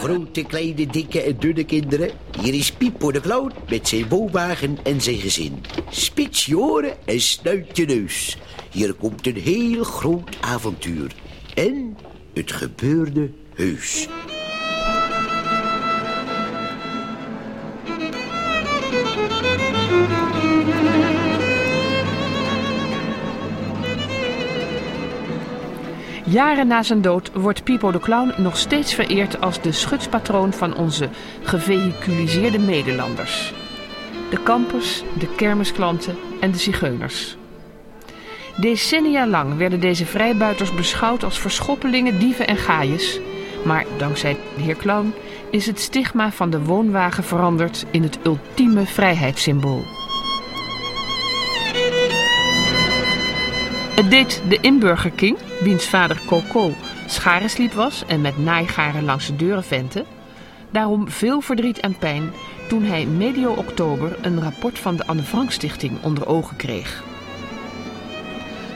grote, kleine, dikke en dunne kinderen. Hier is Pipo de Clown met zijn woonwagen en zijn gezin. Spits je oren en snuit je neus. Hier komt een heel groot avontuur. En het gebeurde heus. Jaren na zijn dood wordt Pipo de Clown nog steeds vereerd als de schutspatroon van onze gevehiculiseerde medelanders. De kampers, de kermisklanten en de zigeuners. Decennia lang werden deze vrijbuiters beschouwd als verschoppelingen, dieven en gaaiers. Maar dankzij de heer Clown is het stigma van de woonwagen veranderd in het ultieme vrijheidssymbool. Het deed de inburgerking, wiens vader Coco scharesliep was en met naaigaren langs de deuren ventte, daarom veel verdriet en pijn toen hij medio oktober een rapport van de Anne Frank Stichting onder ogen kreeg.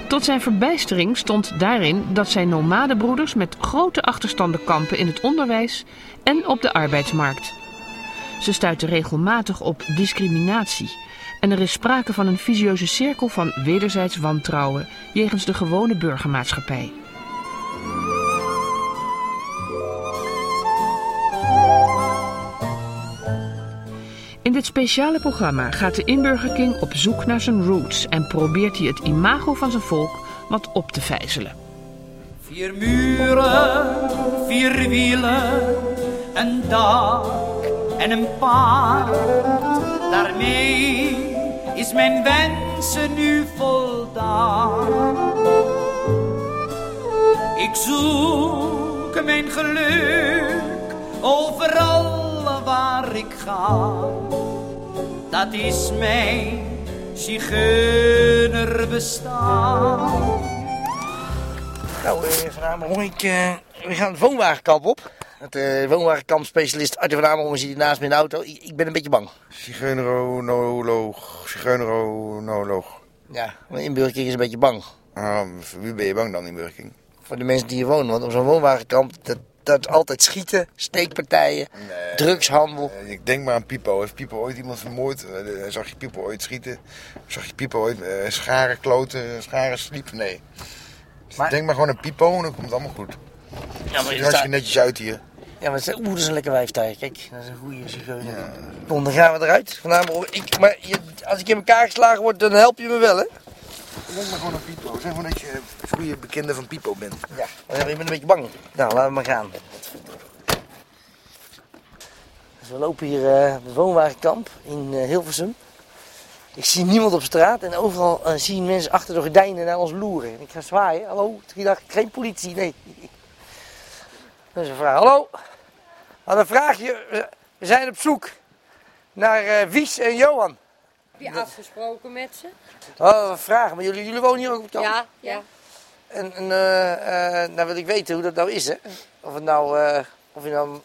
Tot zijn verbijstering stond daarin dat zijn nomadebroeders met grote achterstanden kampen in het onderwijs en op de arbeidsmarkt. Ze stuiten regelmatig op discriminatie en er is sprake van een visieuze cirkel van wederzijds wantrouwen jegens de gewone burgermaatschappij. In dit speciale programma gaat de inburgerking op zoek naar zijn roots en probeert hij het imago van zijn volk wat op te vijzelen. Vier muren, vier wielen, een dak en een paard. Daarmee is mijn wensen nu voldaan. Ik zoek mijn geluk overal waar ik ga. Dat is mijn zigeuner bestaan. Nou, eh, Van Amerongen, ik, eh, we gaan de woonwagenkamp op. Het eh, woonwagenkampspecialist Arthur van Amerongen zit hier naast me in de auto. Ik, ik ben een beetje bang. Zigeuneronoloog. Zigeuneronoloog. Ja, mijn inburgering is een beetje bang. Ah, voor wie ben je bang dan in Burking? Voor de mensen die hier wonen. Want op zo'n woonwagenkamp, dat, dat is altijd schieten, steekpartijen, Nee. drugshandel. Eh, Ik denk maar aan Pipo. Heeft Pipo ooit iemand vermoord? Eh, eh, Zag je Pipo ooit schieten? Zag je Pipo ooit eh, scharen kloten, scharen sliep? Nee. Dus Maar- Denk maar gewoon aan Pipo en dan komt het allemaal goed. Ja, maar Ziet je er hartstikke staat- netjes uit hier. Ja, maar het is- oeh, dat is een lekker wijf daar. Kijk, dat is een goede zigeuner. Kom, dan gaan we eruit. Van Amerongen, ik, maar je, als ik in elkaar geslagen word, dan help je me wel, hè? Denk maar gewoon aan Pipo. Zeg maar dat je een goede bekende van Pipo bent. Ja, maar ik ben een beetje bang. Nou, laten we maar gaan. Dus we lopen hier eh, op het woonwagenkamp in eh, Hilversum. Ik zie niemand op straat en overal eh, zie ik mensen achter de gordijnen naar ons loeren. En ik ga zwaaien. Hallo, drie dagen geen politie, nee. Dus een vraag. Hallo, had een vraagje. We- We zijn op zoek naar eh, Wies en Johan. Heb je afgesproken met ze? Oh, een vraag. Maar jullie, jullie wonen hier ook op het kamp? Ja, ja. En, en eh, eh, nou wil ik weten hoe dat nou is, hè? Of, het nou, eh, of je nou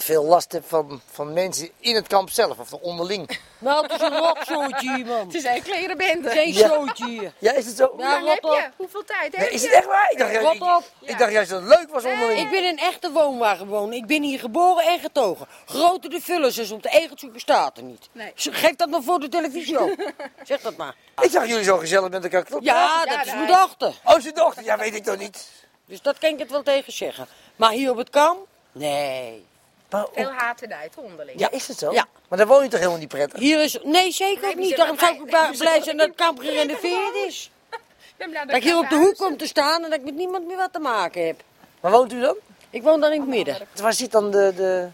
veel last hebt van, van mensen in het kamp zelf, of onderling. Nou, het is een rotzootje hier, man. Het is een klerenbende. Geen Ja. zootje hier. Ja, is het zo? Nou, Ja, rot op. Hoeveel tijd Nee, is het echt waar? Ik dacht, Rot ik, op. ik dacht juist dat het leuk was onderling. Ik ben een echte woonwagenwoner. Ik ben hier geboren en getogen. Groter de vullers is om de egeltje bestaat er niet. Nee. Z- Geef dat maar voor de televisie op. zeg dat maar. Ik, dacht jullie zo gezellig met elkaar klopt. Ja, dat is mijn dochter. Oh, zijn dochter? Ja, weet ik toch niet. Dus dat kan ik het wel tegen zeggen. Maar hier op het kamp? Nee. Maar, Veel haterdij onderling. ja, is het zo? Ja. Maar daar woon je toch helemaal niet prettig? Hier is... Nee, zeker Nee, ook die niet. zijn Daarom zou erbij. ik ook blij zijn dat het kamp gerenoveerd is. Ik ben blij Dat ik hier op de hoek kom te staan en dat ik met niemand meer wat te maken heb. Waar woont u dan? Ik woon daar in het midden. Waar zit dan de... de...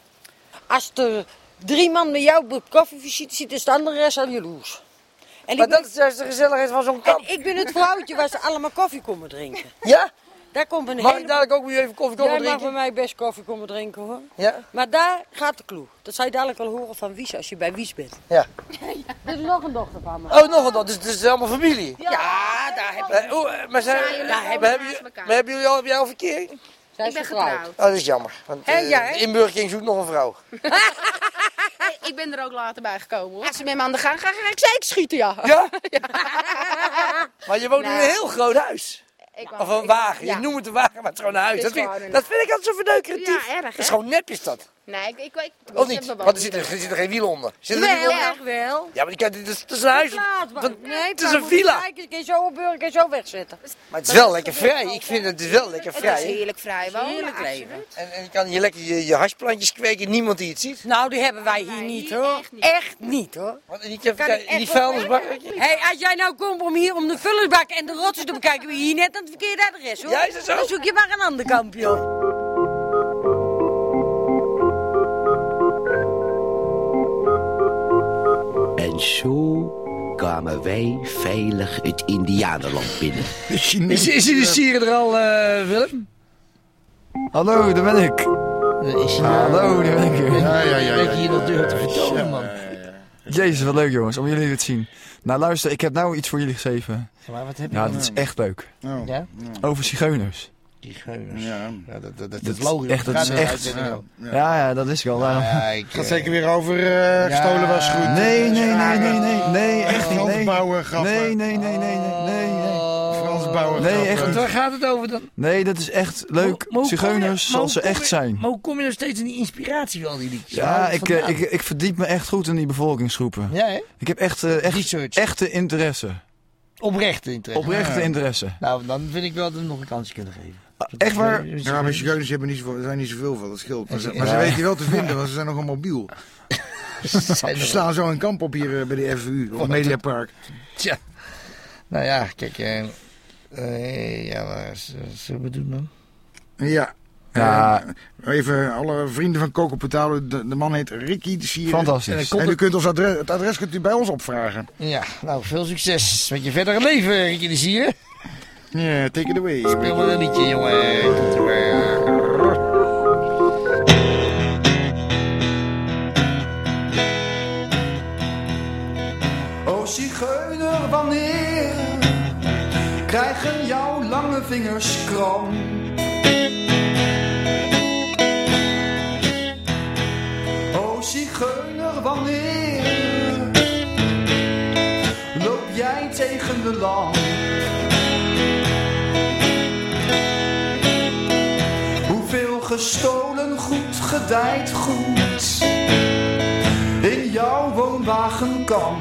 Als er drie man met jou op de koffievisite zitten, is de andere rest al jaloers. En Maar ik, ben, dat is juist de gezelligheid van zo'n kamp. en ik ben het vrouwtje waar ze allemaal koffie komen drinken. Ja? Daar komt een Mag hele... ik dadelijk ook weer even koffie komen Jij mag bij drinken? mij best koffie komen drinken hoor. Ja? Maar daar gaat de clue. Dat zou je dadelijk al horen van Wies als je bij Wies bent. Ja. Er is nog een dochter van me. Oh, nog een dat. Dus het is allemaal familie. Ja, daar heb ik. Eh, oeh, maar, zijn, Zijn jullie maar gewoon hebben, naast jullie- elkaar? maar hebben jullie al, heb jij al verkeering? Zij Ik is ben getrouwd. getrouwd. Oh, dat is jammer. Want Hè, eh, ja, hè? de inburgering zoekt nog een vrouw. Hey, ik ben er ook later bij gekomen hoor. Als ze met me aan de gang gaan, ga ik zeker schieten, ja. Ja? maar je woont in een heel groot huis. Ik wou- Of een ik- wagen. ja. Je noemt het een wagen, maar het is gewoon een huis. Het Dat is vind, gewoon een- dat vind ik altijd zo verneukeratief. Ja, erg, Het is hè? gewoon nep is dat. Nee, ik, ik, ik, ik Of niet? Want er zit, er, er zit er geen wiel onder. Zit er een wiel Wel, onder? Ja. echt wel. Ja, maar die kan, dit is, het is een huis. Laat maar. Want- Nee, het is maar een moet je villa. kijken, je kan je zo opbeuren, je kan je zo wegzetten. Maar het is wel lekker vrij. Ik vind het is wel lekker Het is vrij. heerlijk vrij wonen. Heerlijk absoluut. leven. En, en je kan hier lekker je, je hasplantjes kweken. Niemand die het ziet. Nou, die hebben wij hier Wij niet hier hoor. echt niet. Echt niet hoor. Want niet even Kan kijken, ik echt die wel vuilnisbak. Hé, hey, als jij nou komt om hier om de vullersbak en de rotsen te bekijken, ben je hier net aan het verkeerde adres hoor. Ja, is dat zo? Dan zoek je maar een ander kampje hoor. En zo kwamen wij veilig het Indianenland binnen. De Chinees. Is, is, is hier er al, eh, Willem? Hallo, daar ben ik. Is hij Hallo, daar ben ik weer. Ja, ja, ja. Weet je hier dat deur te Ja, vertonen, man? ja, ja. Jezus, wat leuk jongens, om jullie weer te zien. Nou luister, ik heb nou iets voor jullie geschreven. Maar wat heb je Ja, dit is echt leuk. Nou, Ja? Over zigeuners. Die geuners. ja. Ja, dat, dat, dat, Dat dat is logisch. echt- dat Gaat is er echt- uit, zeg ik wel. Ja. Ja, ja, dat is ik al. Daarom. Ja, ik, eh, Gaat zeker weer over eh, gestolen eh, wasgoed. Nee, nee, nee, nee, nee, nee, echt niet. Frans Nee, Bauer grappen. nee, nee, nee, nee, nee, nee, nee. Frans Bauer Nee, grappen. echt niet. Waar gaat het over dan? Nee, dat is echt Maar- leuk. maar hoe kom je- maar Zigeuners hoe zoals ze kom echt je- zijn. Maar hoe kom je nog steeds in die inspiratie wel, die liedjes? Waar Ja, haal je ik, het eh, vandaan? ik, ik verdiep me echt goed in die bevolkingsgroepen. Ja, hè? Ik heb echt, eh, echt Research. echte interesse. Oprechte interesse. Oprechte interesse. Nou, dan vind ik wel dat we nog een kansje kunnen geven. Ah, Echt waar? dus- Ja, maar zigeuners hebben niet zoveel, er zijn niet zoveel van, dat scheelt. Maar, ze, maar ze Ja. weten die wel te vinden, want ze zijn nogal mobiel. Zijn Ze er- staan zo in kamp op hier eh, bij de FU, op het Mediapark. Tja. Nou ja, kijk. eh eh, ja, maar z- zullen we het doen dan? Ja. Ja. Eh, even alle vrienden van Coco Petalo, de, de man heet Ricky de Sier. Fantastisch. En, u kunt ons adres, het adres kunt u bij ons opvragen. Ja, nou, veel succes met je verdere leven, Ricky de Sier. Ja, take it away. Speel maar een liedje, jongen. Tot eh. er- O zigeuner, wanneer krijgen jouw lange vingers kram? O Oh, zigeuner, wanneer loop jij tegen de lamp? Hoeveel gestolen goed gedijd goed in jouw woonwagen kan?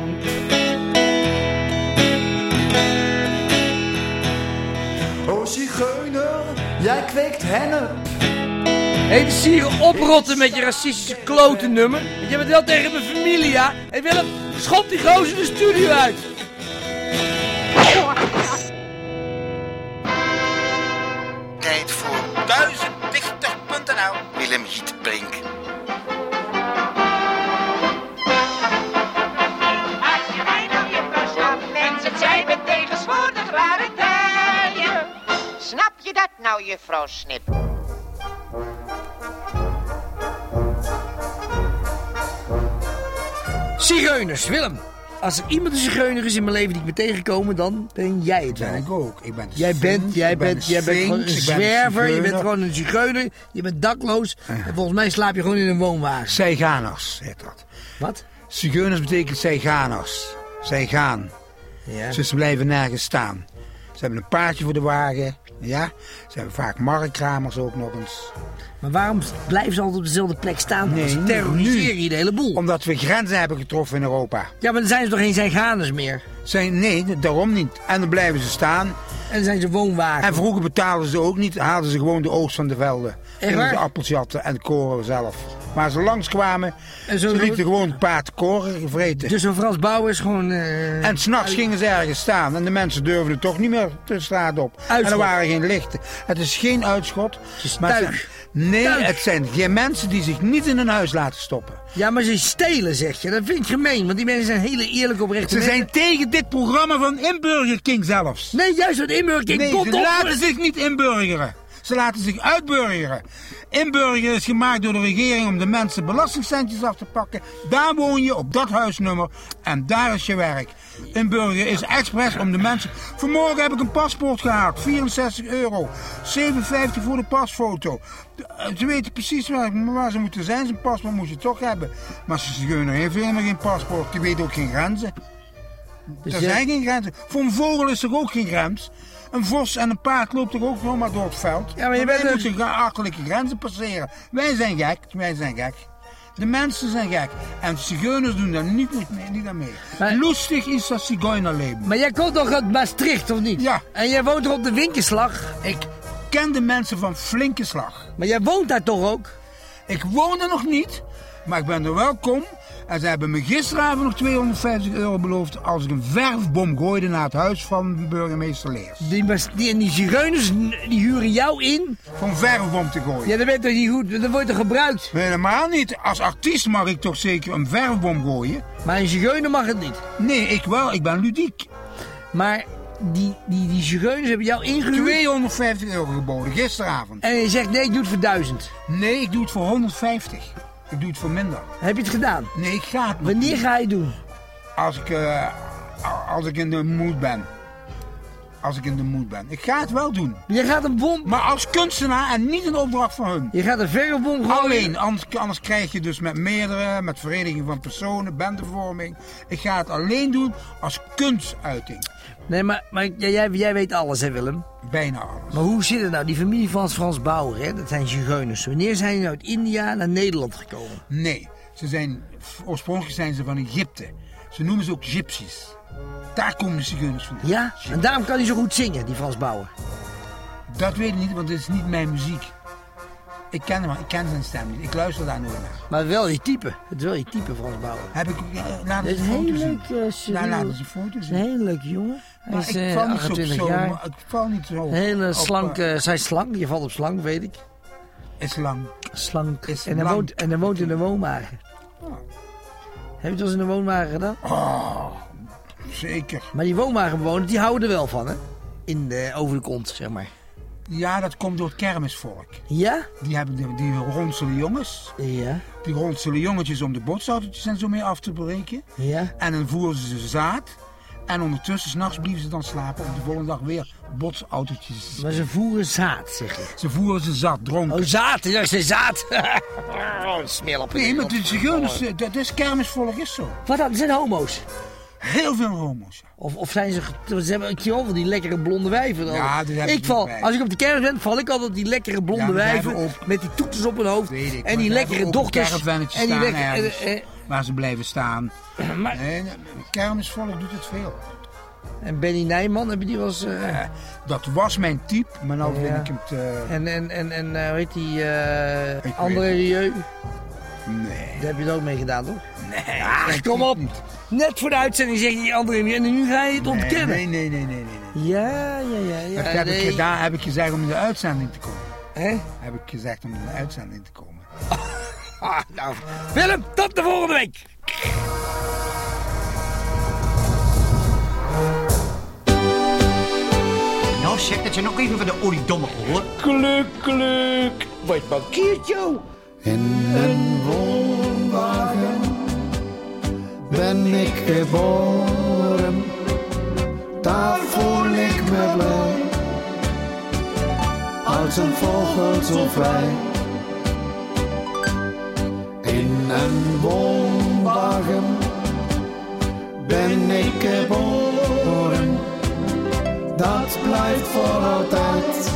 O zigeuner, jij kweekt hennep. Hé, de sieren oprotten met je racistische klotennummer. Want jij bent wel tegen mijn familie, ja? Hé Willem, schop die gozer de studio uit. tijd voor 1080.nl. Willem Gietbrink. Als je mij nou je pas snapt, mensen zijn me tegenswoordig rare tijden. Snap je dat nou, juffrouw Snip? Zigeuners, Willem. Als er iemand een zigeuner is in mijn leven die ik ben tegengekomen, dan ben jij het wel. ik ook. Ik ben Jij bent, jij bent, jij bent gewoon een zwerver, je bent zigeuner. gewoon een zigeuner, je bent dakloos. En volgens mij slaap je gewoon in een woonwagen. Zijganers heet dat. Wat? Zigeuners betekent zijganers. Zij gaan. Ja. Dus ze blijven nergens staan. Ze hebben een paardje voor de wagen. Ja. Ze hebben vaak marktkramers ook nog eens. Maar waarom blijven ze altijd op dezelfde plek staan? Nee, ze nu. terroriseren hier de hele boel. Omdat we grenzen hebben getroffen in Europa. Ja, maar dan zijn ze toch geen zijganers meer? Zijn, nee, daarom niet. En dan blijven ze staan. En dan zijn ze woonwagen. En vroeger betalen ze ook niet, haalden ze gewoon de oogst van de velden. En waar? de appels jatten en koren zelf. Maar als ze langskwamen, En zo- ze lieten gewoon een paard koren gevreten. Dus een Frans Bouwer is gewoon... eh, En s'nachts gingen ze ergens staan en de mensen durfden toch niet meer de straat op. En er Uitschot. waren geen lichten. Het is geen uitschot. is maar het tuig. zijn- nee, Tuig. het zijn geen mensen die zich niet in hun huis laten stoppen. Ja, maar ze stelen, zeg je. Dat vind ik gemeen, want die mensen zijn hele eerlijk oprechte Ze mensen. zijn tegen dit programma van Inburger King zelfs. Nee, juist wat inburgering. Nee, Kom ze op. laten zich niet inburgeren. Ze laten zich uitburgeren. Inburgeren is gemaakt door de regering om de mensen belastingcentjes af te pakken. Daar woon je op dat huisnummer en daar is je werk. Inburgeren is expres om de mensen... Vanmorgen heb ik een paspoort gehaald. 64 euro. 7,50 voor de pasfoto. De- eh, Ze weten precies waar, waar ze moeten zijn. Zijn paspoort moet je toch hebben. Maar ze zigeuner heeft helemaal geen paspoort. Dus Die weten ook geen grenzen. Er zijn geen grenzen. Voor een vogel is er ook geen grens. Een vos en een paard loopt toch ook zomaar door het veld? Ja, maar je wij bent een- moeten gra- achterlijke grenzen passeren. Wij zijn gek, wij zijn gek. De mensen zijn gek. En zigeuners doen daar niet, niet, mee, niet aan mee. Lustig is dat zigeunerleven. Maar jij komt toch uit Maastricht, of niet? Ja. En jij woont er op de Winkelslag? Ik ken de mensen van flinke slag. Maar jij woont daar toch ook? Ik woon er nog niet, maar ik ben er welkom. En ze hebben me gisteravond nog 250 euro beloofd als ik een verfbom gooide naar het huis van burgemeester Leers. Die, Mas- die, en die zigeuners, die huren jou in? Van verfbom te gooien. Ja, dat weet toch niet goed? Dat wordt er gebruikt. Nee, Helemaal niet. Als artiest mag ik toch zeker een verfbom gooien? Maar een zigeuner mag het niet. Nee, ik wel. Ik ben ludiek. Maar die, die, die zigeuners hebben jou ingehuurd. 250 euro geboden, gisteravond. En je zegt nee, ik doe het voor duizend. Nee, ik doe het voor 150. Ik doe het voor minder. Heb je het gedaan? Nee, ik ga het niet. Wanneer ga je het doen? Als ik, eh, als ik in de moed ben. Als ik in de moed ben. Ik ga het wel doen. Je gaat een bom. Maar als kunstenaar en niet een opdracht van hun. Je gaat een verrobom gooien. Alleen, anders, anders krijg je dus met meerdere, met vereniging van personen, bendevorming. Ik ga het alleen doen als kunstuiting. Nee, maar, maar jij, jij- jij weet alles, hè, Willem? Bijna alles. Maar hoe zit het nou? Die familie van Frans Bauer, hè? Dat zijn zigeuners. Wanneer zijn die uit India naar Nederland gekomen? Nee, ze zijn, oorspronkelijk zijn ze van Egypte. Ze noemen ze ook gypsies. Daar komen de zigeuners vandaan. Ja? En daarom kan hij zo goed zingen, die Frans Bauer. Dat weet ik niet, want het is niet mijn muziek. Ik ken hem, ik ken zijn stem niet. Ik luister daar nooit naar. Maar wel je type. Het is wel je type, Frans Bauer. Heb ik, eh, laat Het eens is een een foto heel zien. leuk, eh, steriel. Nou, laat eens een foto Het is een zien. hele leuke jongen. Hij Maar is ik eh, val niet op 28 zo, jaar. maar ik val niet zo. Hele op, slank, eh, eh, zij is slank. Je valt op slank, weet ik. is lang. Slank. Is en, hij lang. Oh. woont, en hij woont in een woonwagen. Heb je het wel eens in een woonwagen gedaan? Oh, Zeker. Maar die woonwagenbewoners, die houden er wel van, hè? In de, over de kont, zeg maar. Ja, dat komt door het kermisvolk. Ja? Die hebben die, die ronselen jongens. Ja. Die ronselen jongetjes om de botsautootjes en zo mee af te breken. Ja. En dan voeren ze ze zaad. En ondertussen, s'nachts blieven ze dan slapen. Op de volgende dag weer botsautootjes. Maar ze voeren zaad, zeg je. Ze voeren ze zat, dronken. Oh, zaad. Ja, ze zaad. oh, smeerlappen. Nee, maar de zigeuners, eh, dat is kermisvolk is zo. Wat dan? Zijn homo's? Heel veel homo's. ja. Of, of zijn ze... get- Ze hebben ik zie al van die lekkere blonde wijven. dan. Ja, die heb ik ik niet val, bij. Als ik op de kerk ben, val ik altijd die lekkere blonde Ja, maar ze wijven. hebben ook- Met die toeters op hun hoofd. Weet ik. en die lekkere dochters. En en die lekkere... eh, eh, waar ze blijven staan. maar- Nee, nee, kermisvolk doet het veel. en Benny Nijman, hebben die wel eens... eh, Eh, dat was mijn type, maar nou Ja. vind ik het... eh, En, en, en, en eh, hoe heet die eh, weet André het. Rieu? nee. Daar heb je het ook mee gedaan, toch? Nee. Ach, kom op. Net voor de uitzending zeg je die André Rieu en nu ga je het ontkennen. Nee, nee, nee, nee, nee. nee. Ja, ja, ja. ja Dat heb, nee. ik gedaan, heb ik gezegd om in de uitzending te komen. Hè? Heb ik gezegd om in de uitzending te komen. Ah, nou. Willem, tot de volgende week. Nou zeg dat je nog even van de oliedomme hoor. Wat mankeert jou? ben ik geboren. Daar voel ik me blij, als een vogel zo vrij. In een woonwagen ben ik geboren, dat blijft voor altijd.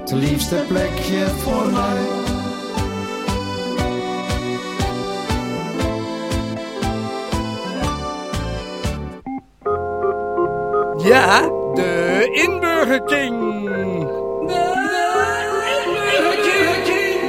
Het liefste plekje voor mij. Ja, de Inburger King. De Inburger King.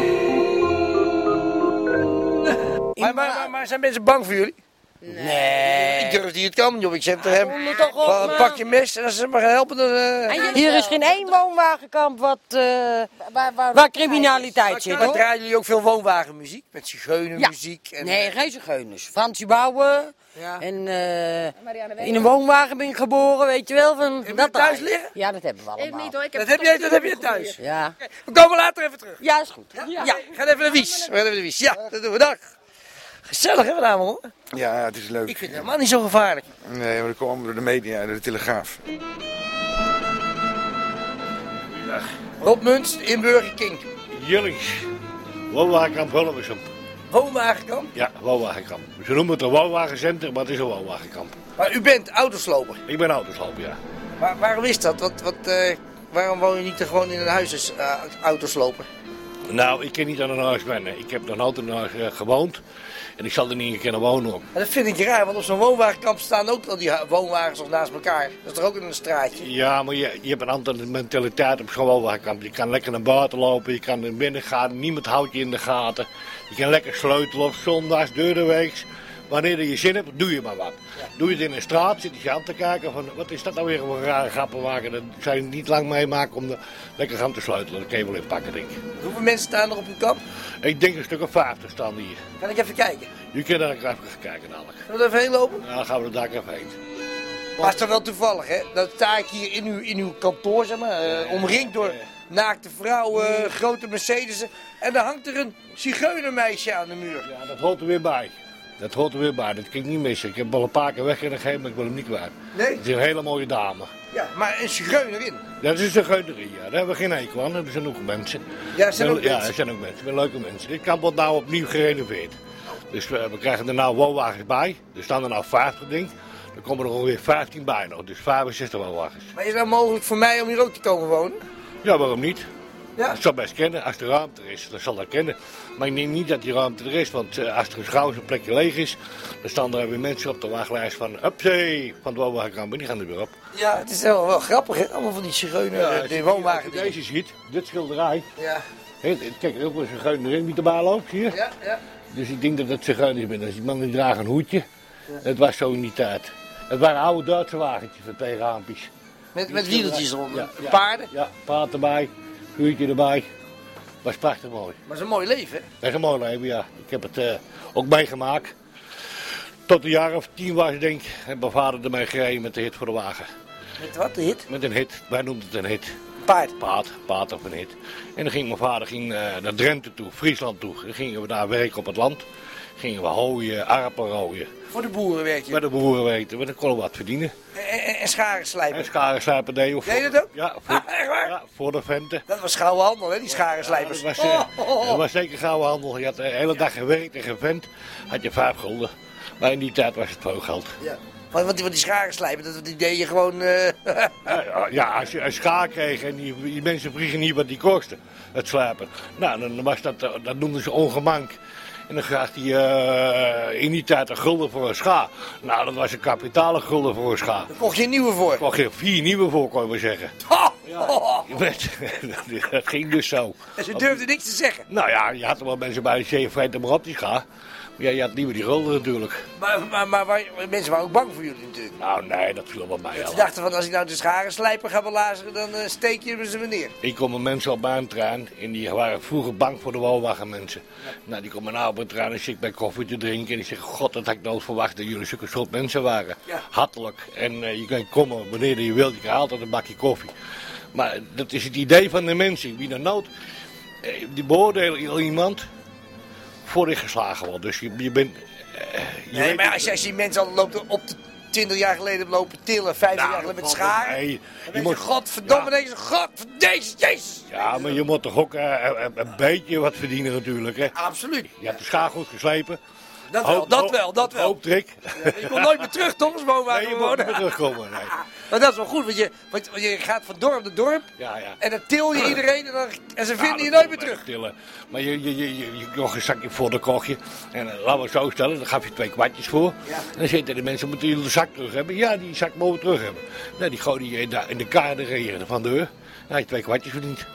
Maar, maar, maar zijn mensen bang voor jullie? Nee, ik durfde het kan, joh. Ik zeg tegen hem, moet toch op, eh. "Wel, man." pak je mes en als ze me gaan helpen, dan... eh, Hier is geen één woonwagenkamp wat, eh, waar, criminaliteit zit. Maar hoor. draaien jullie ook veel woonwagenmuziek? Met zigeunermuziek? En, eh, Nee, geen zigeuners. Fransje bouwen. Ja. En eh, in een woonwagen ben ik geboren, weet je wel. Van, dat thuis al. liggen? Ja, dat hebben we Ik allemaal. niet hoor, ik heb Dat heb, jij, dat heb je thuis. Ja. We komen later even terug. ja, is goed. Ja, ga even naar Wies. We gaan even naar Wies. Ja, dat doen we. Dag. Gezellig hè vanavond hoor. Ja, het is leuk. Ik vind het helemaal niet zo gevaarlijk. Nee, maar dat kwam door de media, door de Telegraaf. Rob Muns in Burger King. Jurks. Woonwagenkamp Holmersum. Woonwagenkamp. Ja, woonwagenkamp. Ze noemen het een woonwagencentrum, maar het is een woonwagenkamp. Maar u bent autosloper. Ik ben autosloper, ja. Maar waarom is dat? Wat, wat, eh, waarom woon je niet er gewoon in een huis als eh, auto's lopen? Nou, ik kan niet aan een huis wennen. Ik heb nog altijd in een huis eh, gewoond. En ik zal er niet in kunnen wonen. ook. En dat vind ik raar, want op zo'n woonwagenkamp staan ook al die hu- woonwagens nog naast elkaar. Dat is toch ook in een straatje? Ja, maar je, je hebt een andere mentaliteit op zo'n woonwagenkamp. Je kan lekker naar buiten lopen, je kan naar binnen gaan, niemand houdt je in de gaten. Je kan lekker sleutelen op zondags, deurdeweeks. Wanneer je zin hebt, doe je maar wat. Doe je het in een straat, zit je aan te kijken van wat is dat nou weer voor een rare grappenwagen. Dat zou je niet lang meemaken om er lekker gaan te sleutelen. Dat kan je wel inpakken, denk ik. Hoeveel mensen staan er op uw kamp? Ik denk een stuk of 50 staan hier. Kan ik even kijken? Je kunt daar even kijken dadelijk. Zullen we er even heen lopen? Ja, dan gaan we er daar even heen. Maar het is toch wel toevallig, hè? Dan sta ik hier in uw, in uw kantoor, zeg maar, eh, omringd door naakte vrouwen, grote Mercedes'en. En dan hangt er een zigeunermeisje aan de muur. Ja, dat hoort er weer bij. Dat hoort er weer bij, dat kan ik niet missen. Ik heb hem al een paar keer weggegeven, maar ik wil hem niet kwijt. Nee? Het is een hele mooie dame. Ja, maar een zigeunerin. Dat is een geuterie, ja. Daar hebben we geen hekel aan. Er zijn ook mensen. Ja, er zijn Wel- ook Ja, er mensen. zijn ook mensen. Wel leuke mensen. Dit kamp wordt nou opnieuw gerenoveerd. Dus we, we krijgen er nou woonwagens bij. Er staan er nou 50 ding. Er komen er ongeveer 15 bij nog. Dus 65 woonwagens. Maar is het nou mogelijk voor mij om hier ook te komen wonen? Ja, waarom niet? Ja. Dat zou best kennen. Als er ruimte is, dan zal dat kennen. Maar ik denk niet dat die ruimte er is, want eh, als er gauw zo'n plekje leeg is, dan staan er weer mensen op de wachtlijst van, upzee, van het woonwagenkamp, en die gaan er weer op. Ja, het is wel, wel grappig, hè? Allemaal van die zigeuner, Ja, eh, als die je- woonwagen. als je deze ziet, dit schilderij. Ja. Hè, kijk, er is ook een zigeunerin die erbij loopt hier. Ja, ja. Dus ik denk dat dat zigeuners zijn. Als Dus die mannen die dragen een hoedje. Dat was zo in die tijd. Het waren oude Duitse wagentjes van twee raampjes. Met, met wieltjes eronder. Ja, ja. Paarden. Ja, paard erbij, vuurtje erbij. Was prachtig mooi. Maar het is een mooi leven, hè? Dat is een mooi leven, ja. Ik heb het eh, ook meegemaakt. Tot een jaar of tien was, denk ik, heb mijn vader ermee gereden met de hit voor de wagen. Met wat, de hit? Met een hit. Wij noemden het een hit. Paard. Paard, paard of een hit. En dan ging mijn vader ging, eh, naar Drenthe toe, Friesland toe. Dan gingen we daar werken op het land. Gingen we hooien, aarpen rooien. Voor de boeren werk je. Bij de boeren werkten, want dan konden we wat verdienen. En, en, en scharen slijpen. En scharen slijpen deed of Deed je dat ook? Ja, Ah, echt waar? voor de venten. Dat was gouden handel, hè, die scharenslijpers. Dat was, eh, Oh, oh, oh. dat was zeker gouden handel. Je had de hele dag gewerkt en gevent. Had je vijf gulden. Maar in die tijd was het veel geld. Ja. Want, want die, want die scharenslijpen, dat, die deed je gewoon... eh, Ja, ja, als je een schaar kreeg en die, die mensen vroegen niet wat die kostte, het slapen. Nou, dan was dat, eh, dat noemden ze ongemank. En dan gaf hij eh, in die tijd een gulden voor een schaar. Nou, dat was een kapitale gulden voor een schaar. Daar kocht je een nieuwe voor? Daar kocht je vier nieuwe voor, kon je maar zeggen. oh. Je weet, dat ging dus zo. En ze durfden niks te zeggen. Nou ja, je had er wel mensen bij die zeiden, vreet hem maar op die schaar. Maar ja, je had niet meer die gulden natuurlijk. Maar, maar, maar, waar- mensen waren ook bang voor jullie natuurlijk. Nou nee, dat viel wel mij Ze wel. dachten van, als ik nou de scharenslijper ga belazeren, dan eh, steek je me ze weer neer. Ik kom een mensen op mijn trein en die waren vroeger bang voor de woonwagenmensen. Nou, die komen nou op een trein en zit bij koffie te drinken. En die zeggen, god, dat had ik nooit verwacht dat jullie zulke soort mensen waren. Hartelijk. En eh, je kan komen wanneer je wilt, je krijgt altijd een bakje koffie. Maar dat is het idee van de mensen. Wie dan nood, eh, die beoordelen iemand voor hij geslagen wordt. Dus je, je bent... eh, je Nee, weet- maar als, je- als die mensen al loopt op de 20 jaar geleden hebben lopen tillen, 15 jaar geleden met scharen. Nou, nee. dan denk je, godverdomme deze, godverdomme deze, jezus. Ja, maar je moet toch ook eh, eh, een beetje wat verdienen natuurlijk, hè? Absoluut. Je hebt de schaar goed geslepen. Dat wel, dat wel, dat wel. Hoopdrik. Je komt nooit meer terug, toch? Als woonwagen Nee, je moet wonen. niet meer terugkomen, nee. Maar dat is wel goed, want je, want je gaat van dorp naar dorp. Ja, ja. En dan til je iedereen en, dan, en ze vinden Ja, je dat nooit meer kon terug. best Tillen. Maar je, je, je, je, je kocht een zakje voor, dan kocht je. En eh, laten we het zo stellen, dan gaf je twee kwartjes voor. En dan zitten de mensen, moeten jullie de zak terug hebben? Ja, die zak mogen we terug hebben. Nou, die gooide je in de, in de kaarten regeren van de deur. Dan had je twee kwartjes verdiend.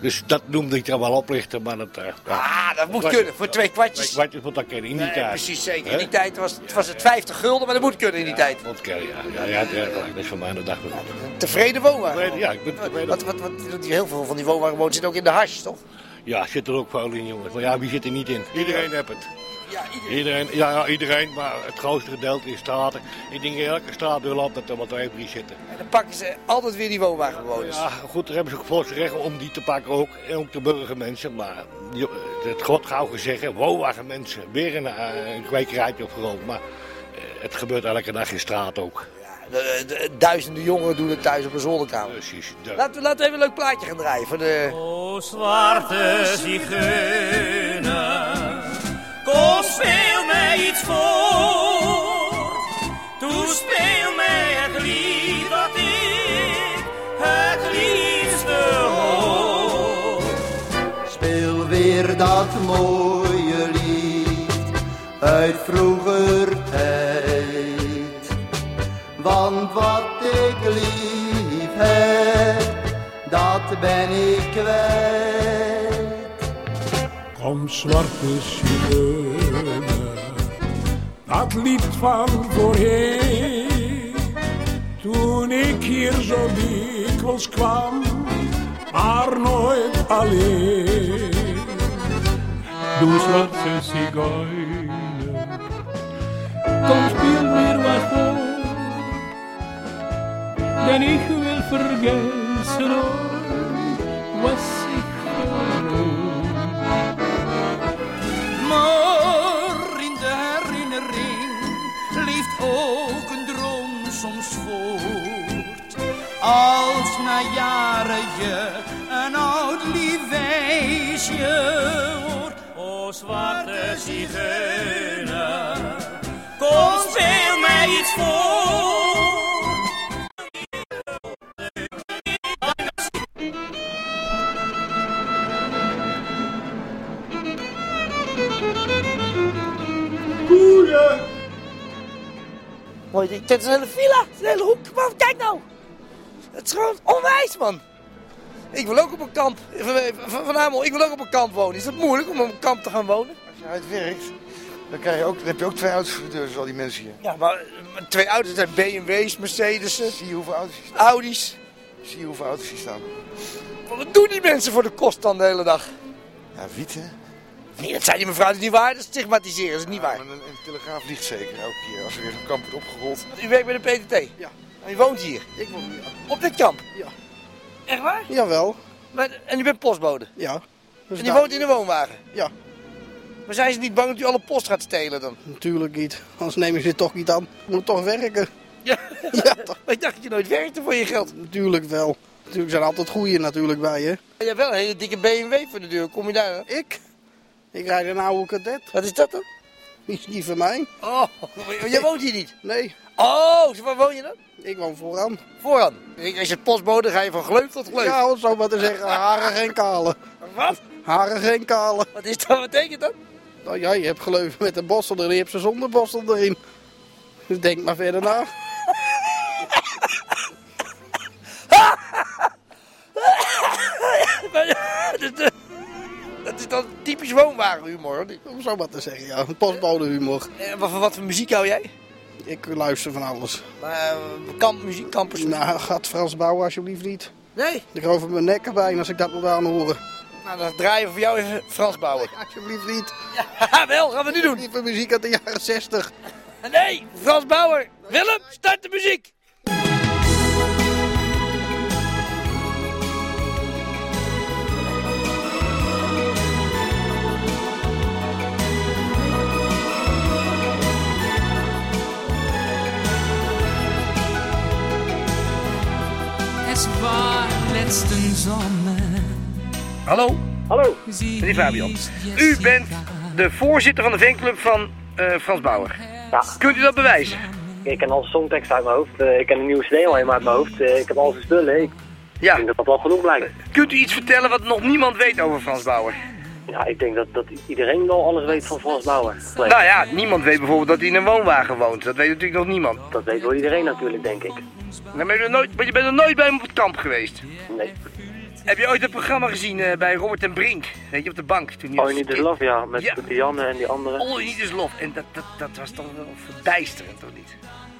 Dus dat noemde ik dan wel oplichten, maar dat... eh, ja. Ah, dat moet was- kunnen, voor twee kwartjes. Twee kwartjes moet dat kennen, in die Nee, tijd. precies zeker. In Hè? die tijd was, het- was het 50 gulden, maar dat moet kunnen in die tijd. Dat ken je, ja. Ja, ja, ja, dat is voor mij de dag weer goed. Tevreden woonwagen. Ja, ik ben tevreden. Wat, wat, wat, heel veel van die woonwagenboten zitten ook in de hash, toch? Ja, zit er ook veel in, jongens. Maar ja, wie zit er niet in? Iedereen heeft het. Ja, iedereen. ja, ja, iedereen, maar het grootste gedeelte is straten. Ik denk in elke straatdeur loopt dat er wat twee, drie zitten. En dan pakken ze altijd weer die woonwagenbewoners. Ja, goed, daar hebben ze ook volgens recht om die te pakken ook. En ook de burgermensen. Maar die- het god gauw zeggen, woonwagen mensen. Weer een, eh, een kwekerijtje opgerond. Maar eh, het gebeurt elke dag in straat ook. De- de- de- Duizenden jongeren doen het thuis op een zolderkamer. Precies. Laten we, laten we even een leuk plaatje gaan draaien voor de... O zwarte zigeuner, koos speel mij iets voor. Toen speel mij het lied dat ik weer dat mooie lied uit vroeger tijd. Want wat ik lief heb, dat ben ik kwijt. Kom zwarte sirene, dat lied van voorheen. Toen ik hier zo dikwijls kwam, maar nooit alleen. Doe zwarte zigeuner, kom speel weer wat op. Den ik wil vergeten, ooit was ik verloren. Maar in de herinnering leeft ook een droom soms voort. Als na jaren je een oud lief wijsje hoort. O zwarte zigeuner, kom speel mij iets voor. Koeien! Mooi, dit dit is een hele villa, het is een hele hoek. Man, kijk nou! Het is gewoon onwijs, man. Ik wil ook op een kamp. Van, van, van Hamel, ik wil ook op een kamp wonen. Is het moeilijk om op een kamp te gaan wonen? Als je uit werkt, dan, krijg je ook, dan heb je ook twee auto's voor de deur, zoals al die mensen hier. Ja, maar eh, twee auto's, dat zijn BMW's, Mercedes'en. Zie je hoeveel auto's eh, Audi's. Zie je hoeveel auto's hier staan. Wat doen die mensen voor de kost dan de hele dag? Ja, wiet hè? Nee, dat zei die mevrouw, dat is niet waar. Dat is stigmatiseren, dat is niet waar. En de telegraaf ligt zeker elke keer als er weer een kamp wordt opgerold. U werkt bij de PTT? Ja. En u woont hier? Ik woon hier. Op dit kamp? Ja. Echt waar? Jawel. Maar, en u bent postbode? Ja. en u daar- woont in een woonwagen? Ja. Maar zijn ze niet bang dat u alle post gaat stelen dan? Natuurlijk niet. Anders nemen ze het toch niet aan. Je moet toch werken. Ja. ja Maar ik dacht dat je nooit werkte voor je geld. Natuurlijk wel. Natuurlijk zijn er altijd goeie natuurlijk bij je. Je hebt wel een hele dikke BMW voor de deur. Kom je daar? Ik? Ik rijd een oude cadet. Wat is dat dan? Is niet van mij. Oh, jij woont hier niet? Nee. Oh, waar woon je dan? Ik woon vooraan. Vooraan? Als je postbode ga je van gleuf tot gleuf. Ja, om het zo maar te zeggen. Haren geen kale. Wat? Haren geen kale. Wat is dat? Wat betekent dat? Nou ja, je hebt geleuven met een bossel erin. Je hebt ze zonder bossel erin. Dus denk maar verder na. dat, is, eh, dat is dan typisch woonwagenhumor. hoor. Om zo maar te zeggen, ja. Postbode humor. En wat, wat voor muziek hou jij? Ik luister van alles. Maar eh, kamp, muziek, kampers. Nou, gaat Frans bouwen alsjeblieft niet. Nee. Ik over mijn nek erbij als ik dat moet aanhoren. Nou, dan draaien we voor jou even Frans Bauer. Alsjeblieft niet. Ja, wel, gaan we nu doen. Lieve muziek uit de jaren 60. Nee, Frans Bauer. Willem, start de muziek. Es war letzten Sommer. Hallo? Hallo, meneer Fabian. U bent de voorzitter van de fanclub van eh, Frans Bauer. Ja. Kunt u dat bewijzen? Ik ken al de songtekst uit mijn hoofd. eh, ik ken een nieuwe CD al helemaal uit mijn hoofd. eh, ik heb al zijn spullen. Ik ja. denk dat dat wel genoeg blijkt. Kunt u iets vertellen wat nog niemand weet over Frans Bauer? Ja, ik denk dat, dat iedereen wel alles weet van Frans Bauer. Nee, Nou ja, niemand weet bijvoorbeeld dat hij in een woonwagen woont. Dat weet natuurlijk nog niemand. Dat weet wel iedereen natuurlijk, denk ik. Dan ben je, er nooit, maar je bent er nooit bij hem op het kamp geweest. Nee. Heb je ooit dat programma gezien eh, bij Robert en Brink? Weet je, op de bank. Toen hij Oh, als niet de kind- love, ja. Met Ja. met die Janne en die anderen. All You Need Is Love. En dat, dat, dat was toch wel verbijsterend, toch niet?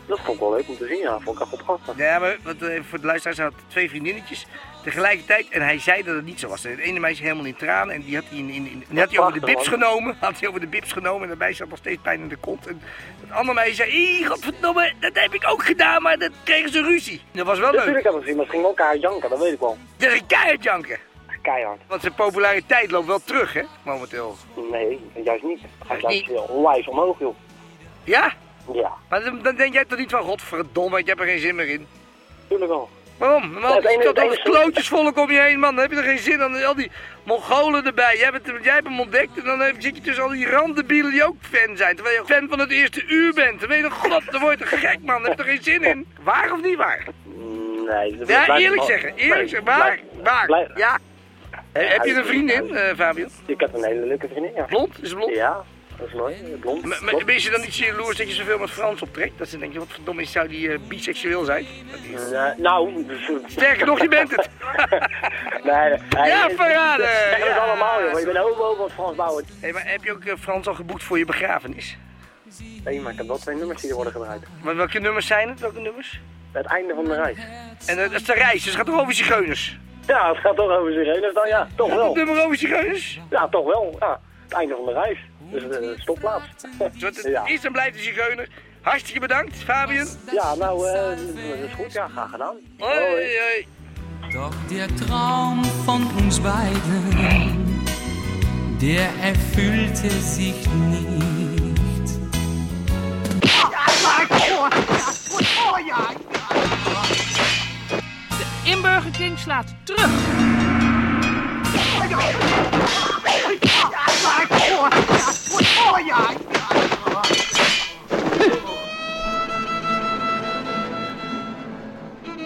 Dat vond ik wel leuk om te zien, ja. Vond ik echt op gasten. Ja, maar wat, eh, voor de luisteraars, hij had twee vriendinnetjes tegelijkertijd. En hij zei dat het niet zo was. En het ene meisje helemaal in tranen. En die had hij, in, in, in- die had hij over de prachtig, bips man. genomen. Had hij over de bips genomen. En daarbij zat nog steeds pijn in de kont. En het andere meisje zei, "Ih, godverdomme, dat heb ik ook gedaan. Maar dat kregen ze ruzie. Dat was wel leuk. Natuurlijk hebben we gezien, maar ze gingen elkaar janken, dat weet ik wel. Dat is keihard janken. Keihard. Want zijn populariteit loopt wel terug, hè, momenteel. Nee, juist niet. Hij Juist juist eh, onwijs omhoog, joh. Ja? Ja, Maar dan, dan denk jij toch niet van, godverdomme, ik heb er geen zin meer in. natuurlijk wel. Waarom? Ja, het Want ene- tot het al ene- die klootjesvolk om je heen, man. Dan heb je er geen zin aan. Al die Mongolen erbij. Jij, bent, jij hebt hem ontdekt en dan heb- zit je tussen al die randebielen die ook fan zijn. Terwijl je fan van het eerste uur bent. Dan ben je toch, god, dan word je toch gek, man. Dan heb je er geen zin in. Waar of niet waar? Nee, dat Ja, blijft- Oh, eerlijk zeggen. Eerlijk Nee, zeggen. Waar? blijft- Waar? blijft- Ja. He- heb je een vriendin, eh, Fabio? Ik heb een hele leuke vriendin, ja. Blond? Is ze blond? Ja, dat is mooi. eh, Blond. Maar maar blond. ben je dan niet zo jaloers dat je zoveel met Frans optrekt? Dat ze denken, wat verdomme is, zou die eh, biseksueel zijn? Eh, nou... Sterker nog, je bent het. nee, hij ja, is- verraden! Dat is Ja. allemaal, joh. Je bent homo van Frans Bauer. Hey, maar heb je ook eh, Frans al geboekt voor je begrafenis? Nee, maar ik heb wel twee nummers die er worden gebruikt. Maar welke nummers zijn het? Welke nummers? Het einde van de reis. En eh, dat is de reis, dus het gaat toch over zigeuners? Ja, het gaat toch over zigeuners dan, ja. Toch wel. Het nummer over zigeuners? Ja, toch wel. Ja, het einde van de reis. Dus de stopplaats. Dus wat het Ja. is en blijft de zigeuner. Hartstikke bedankt, Fabian. Ja, nou, eh, dat is goed. Ja, graag gedaan. Hoi, hoi. Doch der Traum von uns beiden, der erfüllte sich nicht. De inburgerking slaat terug.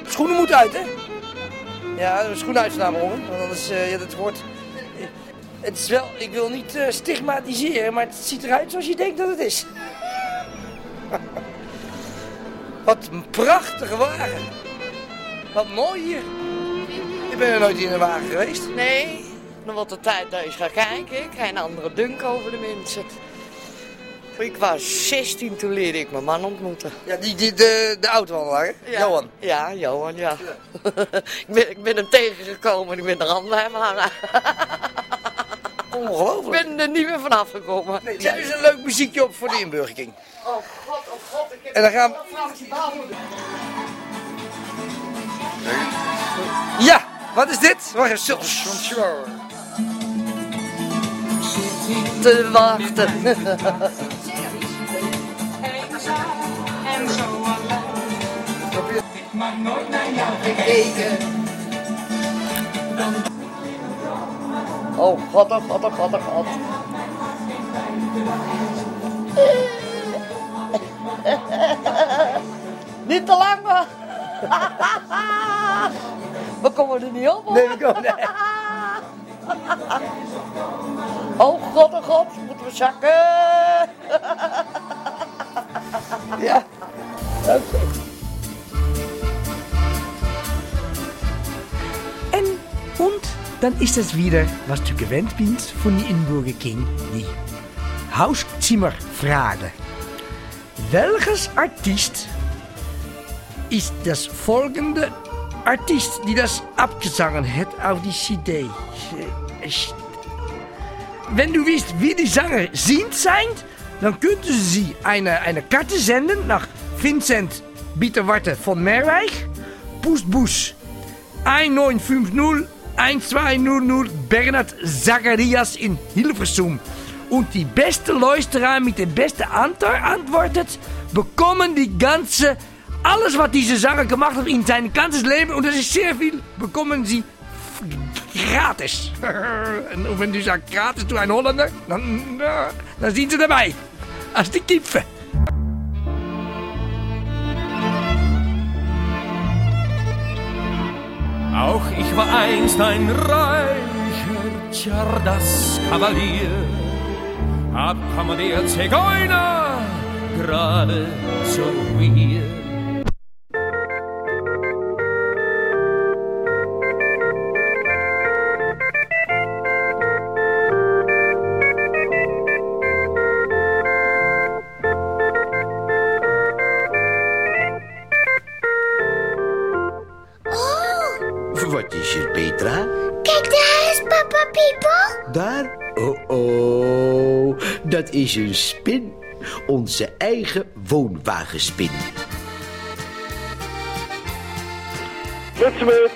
Schoenen moeten uit, hè? Ja, schoenen uitstaan, hoor. Want anders, eh ja, dat wordt... Het is wel, ik wil niet eh, stigmatiseren, maar het ziet eruit zoals je denkt dat het is. Wat een prachtige wagen. Wat mooi hier. Ik ben er nooit in een wagen geweest. Nee, dan wordt de tijd dat je gaat kijken. Ik ga een andere dunk over de mensen. Ik was 16 toen leerde ik mijn man ontmoeten. Ja, die, die, de, de autohandelaar, hè? Johan. Ja, Johan, ja. ik, ben, ik ben hem tegengekomen en ik ben de hand bij hem hangen. Ongelooflijk. Ik ben er niet meer vanaf gekomen. Nee, Zet eens een leuk muziekje op voor de inburgering. Oh god, oh god. Ik heb En dan gaan we- Ja, wat is dit? Wacht even, Silver Sunshore. Te wachten. En zo alleen. Ik mag nooit naar jou gekeken. Oh god, oh god, oh god, oh god. Niet te lang, maar. We komen er niet op, hoor. Nee, we komen- nee. Oh god, oh god, moeten we zakken? Ja. Und dann ist es wieder, was du gewöhnt bist von die Inburger King, die Hauszimmerfrage. Welches Artist ist das folgende Artist, die das abgesangen hat auf die CD? Ich- Wenn du wisst, wie die Sänger sind, sind dann könnten sie eine, eine Karte senden nach Vincent Bieterwarte von Merwijk, Pustbus 1950 1200 Bernhard Zacharias in Hilversum. Und die beste Leusterer mit dem besten Antar antwortet, bekommen die ganze, alles was diese Sänger gemacht hat in sein ganzes Leben, und das ist sehr viel, bekommen sie gratis. en wenn du sagst gratis zu ein Holländer, dann, ja, dann sind sie dabei. Als die Kiepen. Auch ich war einst ein reicher Czardas-Kavalier, hab komme der Zigeuner gerade zu mir. Oh. Wat is het, Petra? Kijk, daar is Papa People. Daar? Oh-oh, dat is een spin. Onze eigen woonwagenspin. Met Smit.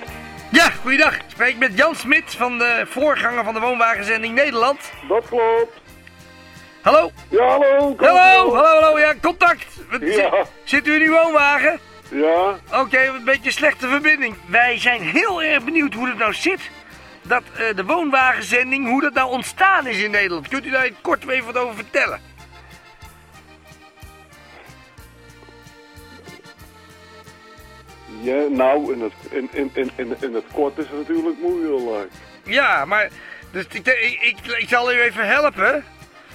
Ja, goeiedag. Ik spreek met Jan Smit van de voorganger van de woonwagenzending Nederland. Dat klopt. Hallo? Ja, hallo. Hallo, hallo, hallo. Ja, contact. Wat- zi- Zit u in uw woonwagen? Ja. Oké, een beetje slechte verbinding. Wij zijn heel erg benieuwd hoe het nou zit. Dat eh, de woonwagenzending, hoe dat nou ontstaan is in Nederland. Kunt u daar kort even wat over vertellen? Ja, nou, in het, in, in, in, in, in het kort is het natuurlijk moeilijk. Ja, maar dus ik, ik, ik, ik zal u even helpen.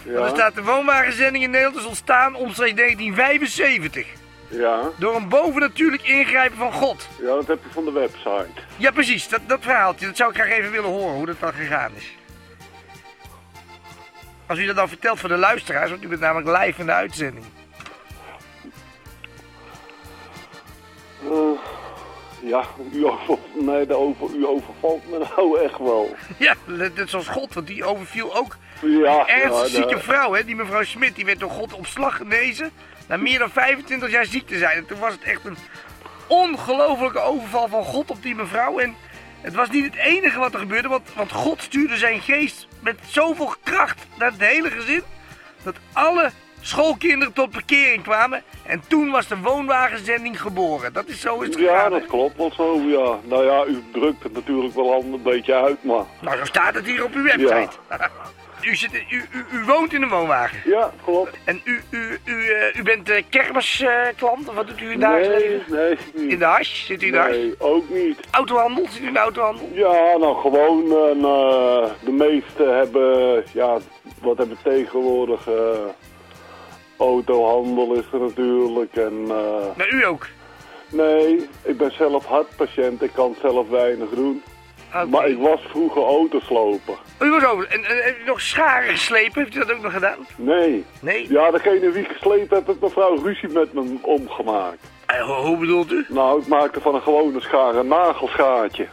Ja, Want er staat de woonwagenzending in Nederland is ontstaan omstreeks 1975. ja. Door een bovennatuurlijk ingrijpen van God. ja, dat heb je van de website. Ja, precies. Dat, dat verhaaltje. Dat zou ik graag even willen horen, hoe dat dan gegaan is. Als u dat dan vertelt voor de luisteraars, want u bent namelijk live in de uitzending. Eh, ja, u, over, nee, de over, u overvalt me nou echt wel. Ja, net net zoals God, want die overviel ook Ja, een ernstig ja, de- zieke vrouw, hè? Die mevrouw Smit, die werd door God op slag genezen na meer dan 25 jaar ziek te zijn. En toen was het echt een ongelofelijke overval van God op die mevrouw. En het was niet het enige wat er gebeurde, want, want God stuurde zijn geest met zoveel kracht naar het hele gezin, dat alle schoolkinderen tot bekering kwamen. En toen was de woonwagenzending geboren. Dat is zo is het Ja, gegaan. dat klopt wel zo, ja. Nou ja, u drukt het natuurlijk wel al een beetje uit, maar... Nou, zo staat het hier op uw website. U, zit, in- u, u, u woont in een woonwagen. Ja, klopt. En u, u, u, eh, u bent eh, kermisklant? of wat doet u in Nee, dagelijks nee, leven? niet. In de hash? Zit u in de hash? Nee, ook niet. Autohandel? Zit u in de autohandel? Ja, nou gewoon, eh, nou, de meesten hebben, ja, wat hebben tegenwoordig, eh, autohandel is er natuurlijk en... eh, Maar u ook? Nee, ik ben zelf hartpatiënt, ik kan zelf weinig doen. Maar ik was vroeger autosloper. U was over. En, en heeft u nog scharen geslepen? Heeft u dat ook nog gedaan? Nee. Nee? Ja, degene wie ik geslepen heb, heeft mevrouw ruzie met me omgemaakt. Eh, hoe bedoelt u? Nou, ik maakte van een gewone schaar een nagelschaartje.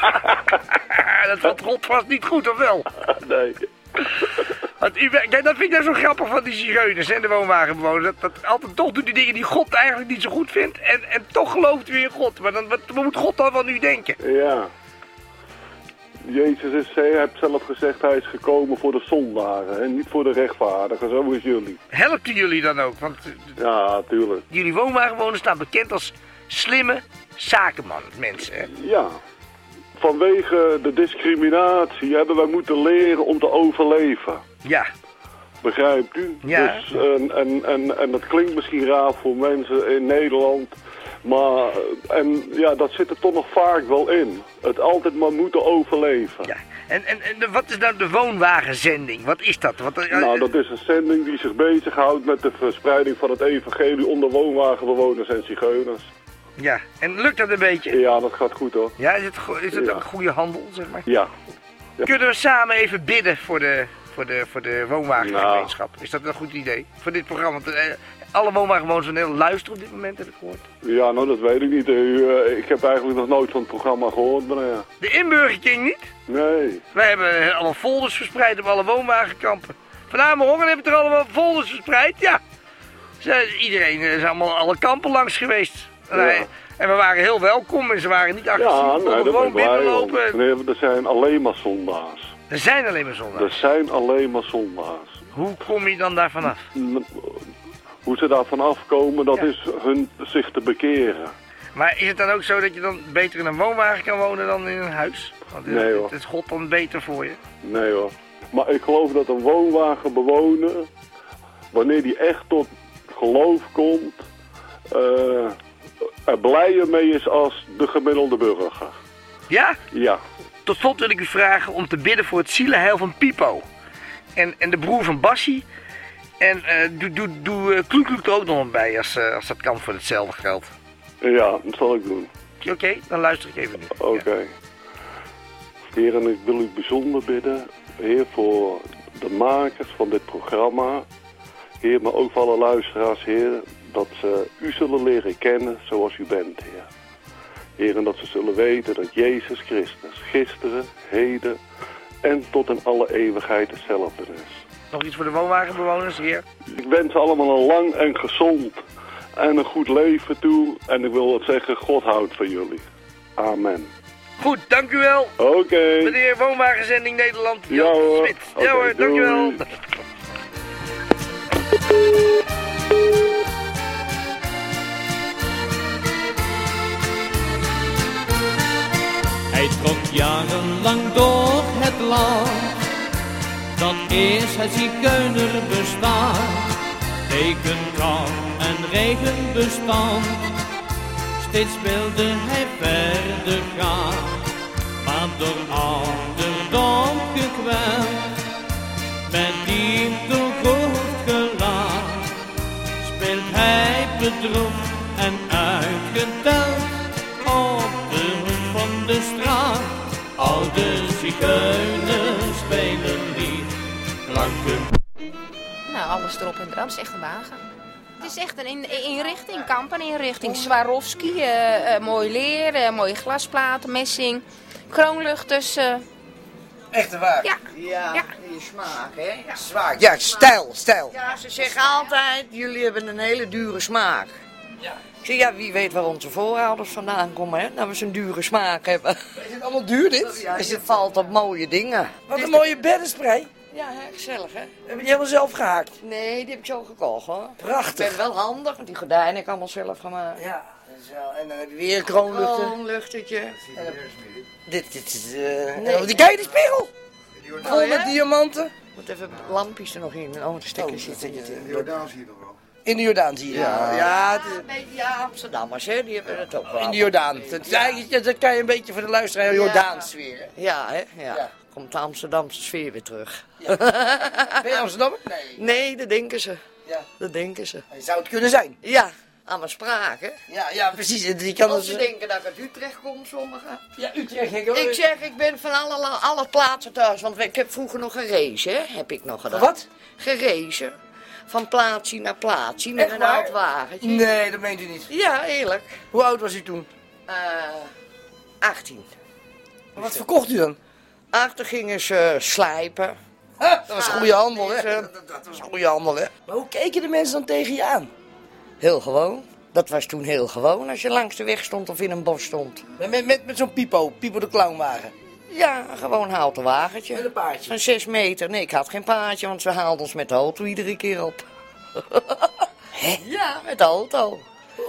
Ah, dat vond God vast niet goed, of wel? Nee. Want u, kijk, dat vind ik nou zo grappig van die zigeuners en de woonwagenbewoners. Dat, dat altijd toch doet u dingen die God eigenlijk niet zo goed vindt. En, en toch gelooft u in God. Maar dan, wat, wat moet God dan van u denken? Ja. Jezus is, hij heeft zelf gezegd, hij is gekomen voor de zondaren en niet voor de rechtvaardigen, zo is jullie. Helpt u jullie dan ook? Want eh, Ja, tuurlijk. jullie woonwagenbewoners staan bekend als slimme zakenman, mensen. hè? Ja. Vanwege de discriminatie hebben wij moeten leren om te overleven. Ja. Begrijpt u? Ja. Dus, en, en, en, en dat klinkt misschien raar voor mensen in Nederland. Maar eh, en, ja, dat zit er toch nog vaak wel in. Het altijd maar moeten overleven. En, en, en de- wat is nou de woonwagenzending? Wat is dat? Wat, eh, Nou, dat is een zending die zich bezighoudt met de verspreiding van het evangelie onder woonwagenbewoners en zigeuners. Ja, en lukt dat een beetje? Ja, dat gaat goed hoor. Ja, is het, go- is het Ja. een goede handel, zeg maar? Ja. Kunnen we samen even bidden voor de, voor de, voor de woonwagengemeenschap? Nou. Is dat een goed idee? Voor dit programma? Want, eh, alle woonwagenbewoners van Nederland luisteren op dit moment, heb ik gehoord. Ja, nou dat weet ik niet. U, eh, ik heb eigenlijk nog nooit van het programma gehoord, eh, meneer. De inburgerking niet? Nee. Wij hebben eh, allemaal folders verspreid op alle woonwagenkampen. Vanavond honger hebben we er allemaal folders verspreid, ja. Ze- iedereen eh, is allemaal alle kampen langs geweest. En, Ja. hij- en we waren heel welkom en ze waren niet agressief. ja, We konden nee, dat ben gewoon ik blij om. binnenlopen. Meneer, er zijn alleen maar zondaars. Er zijn alleen maar zondaars. Er zijn alleen maar zondaars. Hoe kom je dan daar vanaf? N- Hoe ze daarvan afkomen, dat is hun zich te bekeren. Maar is het dan ook zo dat je dan beter in een woonwagen kan wonen dan in een huis? Want is- Nee, hoor. het is God dan beter voor je? Nee hoor. Maar ik geloof dat een woonwagenbewoner, wanneer die echt tot geloof komt, eh, er blijer mee is als de gemiddelde burger. Ja? Ja. Tot slot wil ik u vragen om te bidden voor het zielenheil van Pipo. En, en de broer van Bassie. En eh, doe, doe, doe eh, Kloek Kloek er ook nog een bij als, eh, als dat kan voor hetzelfde geld. Ja, dat zal ik doen. Oké, dan luister ik even nu. Oké. Heer, en ik wil u bijzonder bidden, Heer, voor de makers van dit programma. Heer, maar ook voor alle luisteraars, Heer, dat ze u zullen leren kennen zoals u bent, Heer. Heer, en dat ze zullen weten dat Jezus Christus gisteren, heden en tot in alle eeuwigheid hetzelfde is. Nog iets voor de woonwagenbewoners, heer? Ik wens ze allemaal een lang en gezond en een goed leven toe. En ik wil wat zeggen, God houdt van jullie. Amen. Goed, dank u wel. Oké. Meneer Woonwagenzending Nederland, Jan Ja, hoor. Smit. Oké, ja hoor, dank u wel. doei. Hij trok jarenlang door het land, dat is het zigeunerbestaan. Regenkou en regenbestand, steeds wilde hij verder gaan. Maar door ouderdom gekweld, met die doorgroefd gelaat, speelt hij bedroefd en uitgeteld op de hoek van de straat. Oude zigeunen spelen niet klanken. Nou, alles erop en eraan. Het is echt een wagen. Het is echt een in, inrichting, kampeninrichting. Swarovski, eh, eh, mooi leer, eh, mooie glasplaten, messing, kroonluchters. eh. Echte waar. ja. Ja, je smaak, hè? Zwaar. Ja, stijl, stijl. Ja, ze zeggen altijd, jullie hebben een hele dure smaak. Ja. Ik zeg, ja, wie weet waar onze voorouders vandaan komen, hè? Dat we zo'n dure smaak hebben. Is het allemaal duur, dit? Ja, je valt op mooie dingen. Wat een mooie beddenspray. Ja, hè, gezellig, hè? Heb je helemaal zelf gehaakt? Nee, die heb ik zo gekocht, hoor. Prachtig. Ik ben wel handig, want die gordijnen heb ik allemaal zelf gemaakt. Ja, dat is wel- en dan heb je weer een kroonluchter. Kroonluchtertje. En dan- Dit, dit is... eh Nee. oh, die, kijk, die spiegel! Vol Oh, ja? met diamanten. Moet even lampjes er nog in. Oh, de stekker zitten. in de Jordaan zie je nog wel. In de Jordaan zie je. Ja, ja ja, het- ja Amsterdammers, hè, die hebben het ook wel. in de Jordaan. Dat, eigenlijk- dat- dat kan je een beetje voor de luisteraar Ja. Jordaans weer. Ja, hè? Ja. Komt de Amsterdamse sfeer weer terug. Ben je Amsterdammer? Nee. Nee, dat denken ze. Ja. Dat denken ze. Zou het kunnen zijn? Ja, aan mijn spraak, hè? Ja, ja precies. En Die kan Want dus- eh, ze denken dat ik uit Utrecht kom, sommigen. Ja, Utrecht, ik ook. Ik zeg, ik ben van alle, la- alle plaatsen thuis. Want ik heb vroeger nog gerezen, hè? Heb ik nog gedaan. Wat? Gerezen. Van plaatsje naar plaatsje met Echt een waar? oud wagentje. Nee, dat meent u niet. Ja, eerlijk. Hoe oud was u toen? Eh 18. Wat verkocht u dan? Achter gingen ze slijpen. Ha, dat was goede handel, hè? Deze. Dat, dat was goede handel, hè? Maar hoe keken de mensen dan tegen je aan? Heel gewoon. Dat was toen heel gewoon als je langs de weg stond of in een bos stond. Met, met, met, met zo'n Pipo, Pipo de Clownwagen. Ja, een gewoon houten wagentje. Met een paardje. Van zes meter. Nee, ik had geen paardje, want ze haalden ons met de auto iedere keer op. ja, met de auto.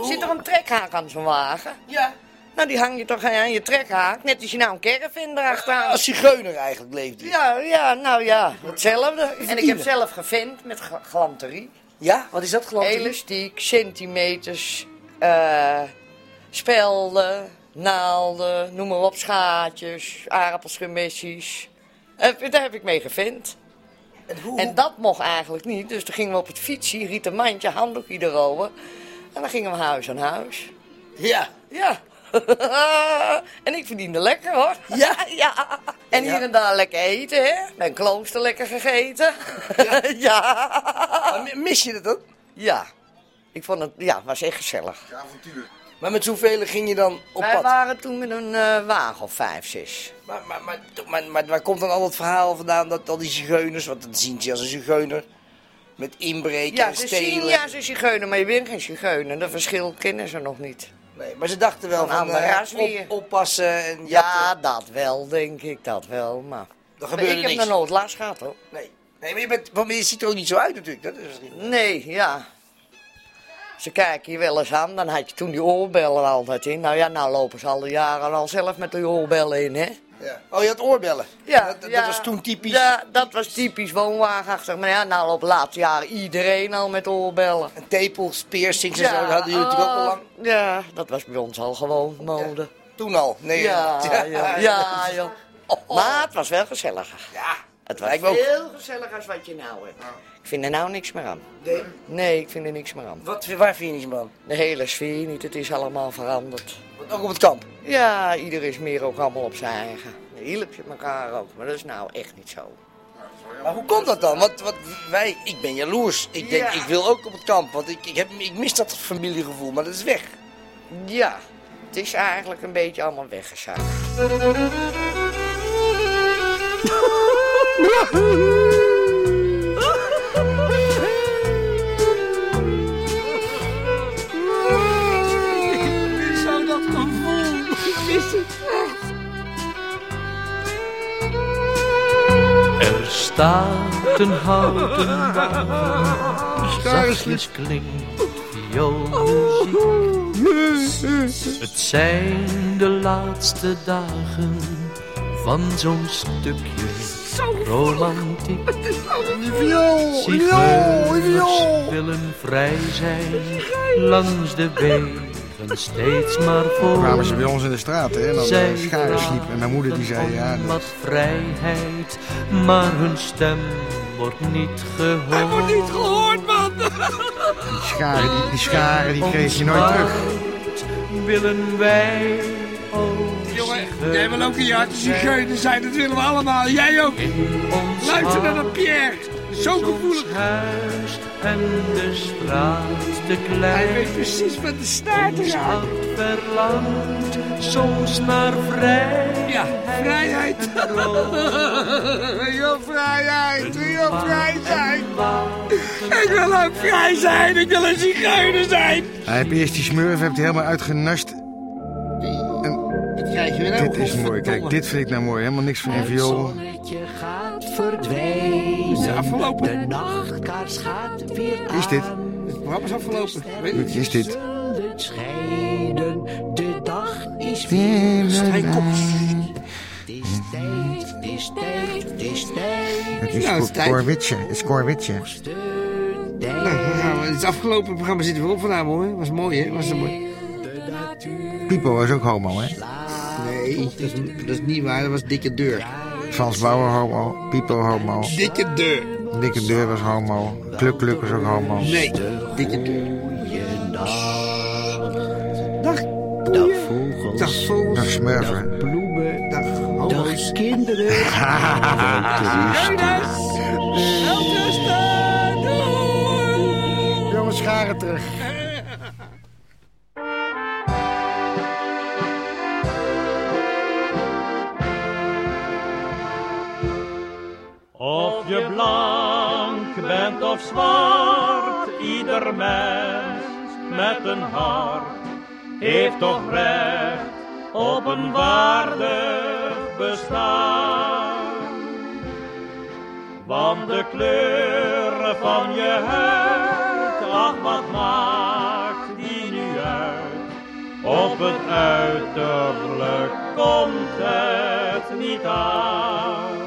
Zit er een trekhaak aan zo'n wagen? Ja. Nou, die hang je toch aan je trekhaak, net als je nou een caravan erachteraan. Als zigeuner eigenlijk bleef die. Ja, ja, nou ja, hetzelfde. En ik heb verdienen. zelf gevent met gl- galanterie. Ja, wat is dat geloof ik? Elastiek, centimeters, eh, spelden, naalden, noem maar op, schaartjes, aardappelschermessies. Eh, Daar heb ik mee gevent. En, hoe, En dat mocht eigenlijk niet, dus toen gingen we op het fietsie, rieten mandje, handdoekje erover. En dan gingen we huis aan huis. Ja. Ja. en ik verdiende lekker hoor. Ja? ja. En Ja. hier en daar lekker eten, hè? Mijn klooster lekker gegeten. Ja. ja. Maar mi- mis je dat dan? Ik vond het, ja, was echt gezellig. avontuur. Maar met zoveel ging je dan op Wij pad? waren toen met een eh, wagen of vijf, zes. Maar, maar, maar, maar, maar waar komt dan al dat verhaal vandaan dat al die zigeuners, want dat zien ze als een zigeuner, met inbreken Ja, en ze stelen. zien, ja, ze zigeuner, maar je bent geen zigeuner. Dat verschil kennen ze nog niet. Nee, maar ze dachten wel Een van, ander eh, ras weer. op- oppassen en jatten. Ja, dat wel, denk ik, dat wel, maar... Dan Maar gebeurde ik heb niks. nog nooit last gehad, hoor. Nee. nee, maar je, bent, want je ziet er ook niet zo uit natuurlijk. Dat is misschien... Nee, ja. Ze kijken je wel eens aan, dan had je toen die oorbellen altijd in. Nou ja, nou lopen ze al die jaren al zelf met die oorbellen in, hè? ja. Oh, je had oorbellen. Ja, dat, dat ja. was toen typisch. Ja, dat was typisch woonwagenachtig. Maar ja, nou op de laatste jaren iedereen al met oorbellen. En tepels, piercings en zo, dat hadden jullie natuurlijk ook al lang. oh, Ja, dat was bij ons al gewoon mode. Toen al. Nee, Ja, ja, ja, ja. Oh. joh. Maar het was wel gezellig. Ja, Het was lijkt me ook. heel gezellig als wat je nou hebt. Ik vind er nou niks meer aan. Nee. Nee, ik vind er niks meer aan. Wat, waar vind je niets man? De hele sfeer niet, het is allemaal veranderd. Ook op het kamp. Ja, ieder is meer ook allemaal op zijn eigen. Hielp je elkaar ook, maar dat is nou echt niet zo. Maar hoe komt dat dan? Want, want wij, ik ben jaloers. Ik denk, Ja. ik wil ook op het kamp. Want ik, ik, heb, ik mis dat familiegevoel, maar dat is weg. Ja, het is eigenlijk een beetje allemaal weggezakt. Ik zou dat gevoel missen. Er staat een houten wagen, zachtjes klinkt vioolmuziek. Het zijn de laatste dagen van zo'n stukje romantiek. Zigeuners willen vrij zijn langs de weg leven steeds maar voor. kwamen ze bij ons in de straat, hè? En dan Zij eh, scharen sliep. En mijn moeder die zei, ja, wat vrijheid, maar hun stem wordt niet gehoord. Hij wordt niet Ah, gehoord, man! die scharen, die, die scharen, die kreeg je nooit terug. Willen wij Jongen, jij wil ook een jaartje zigeuner zijn, dat willen we allemaal. Jij ook. Luister naar dat Pierre. Zo gevoelig. en de straat te klein. Hij weet precies wat de staart is aan. verlangt soms naar vrijheid. Ja, vrijheid. Wil vrijheid, wil vrij zijn. Ik wil ook vrij zijn, ik wil een zigeuner zijn. Hij heeft eerst die smurf, heeft hij helemaal uitgenast. En krijg je weer nou, dit is mooi. Kijk, dit vind ik nou mooi. Helemaal niks van een viool. zonnetje gaat verdwijnen. Is het afgelopen? De nachtkaars gaat weer Is dit? Het programma is afgelopen. Is dit? Scheiden, de dag is weer Strijkkop. Het Nou, het is is tijd. Korwitje. Het is Korwitje. Nou, dan gaan we- het afgelopen programma zitten we op vanavond hoor. Was mooi hè? Was een mooi... Pipo is ook homo, hè? Nee, dat is, dat is niet waar. Dat was dikke deur. Frans Bauer homo, Pipo homo. Dikke deur. Dikke Deur was homo. Kluk Kluk was ook homo. Nee, dikke deur. Dag. Dag vogels. Dag vogels. Dag smurfen. Dag bloemen. Dag Dag kinderen. Jongens, scharen terug. Of je blank bent of zwart, ieder mens met een hart heeft toch recht op een waardig bestaan. Want de kleuren van je huid, ach wat maakt die nu uit? Op het uiterlijk komt het niet aan.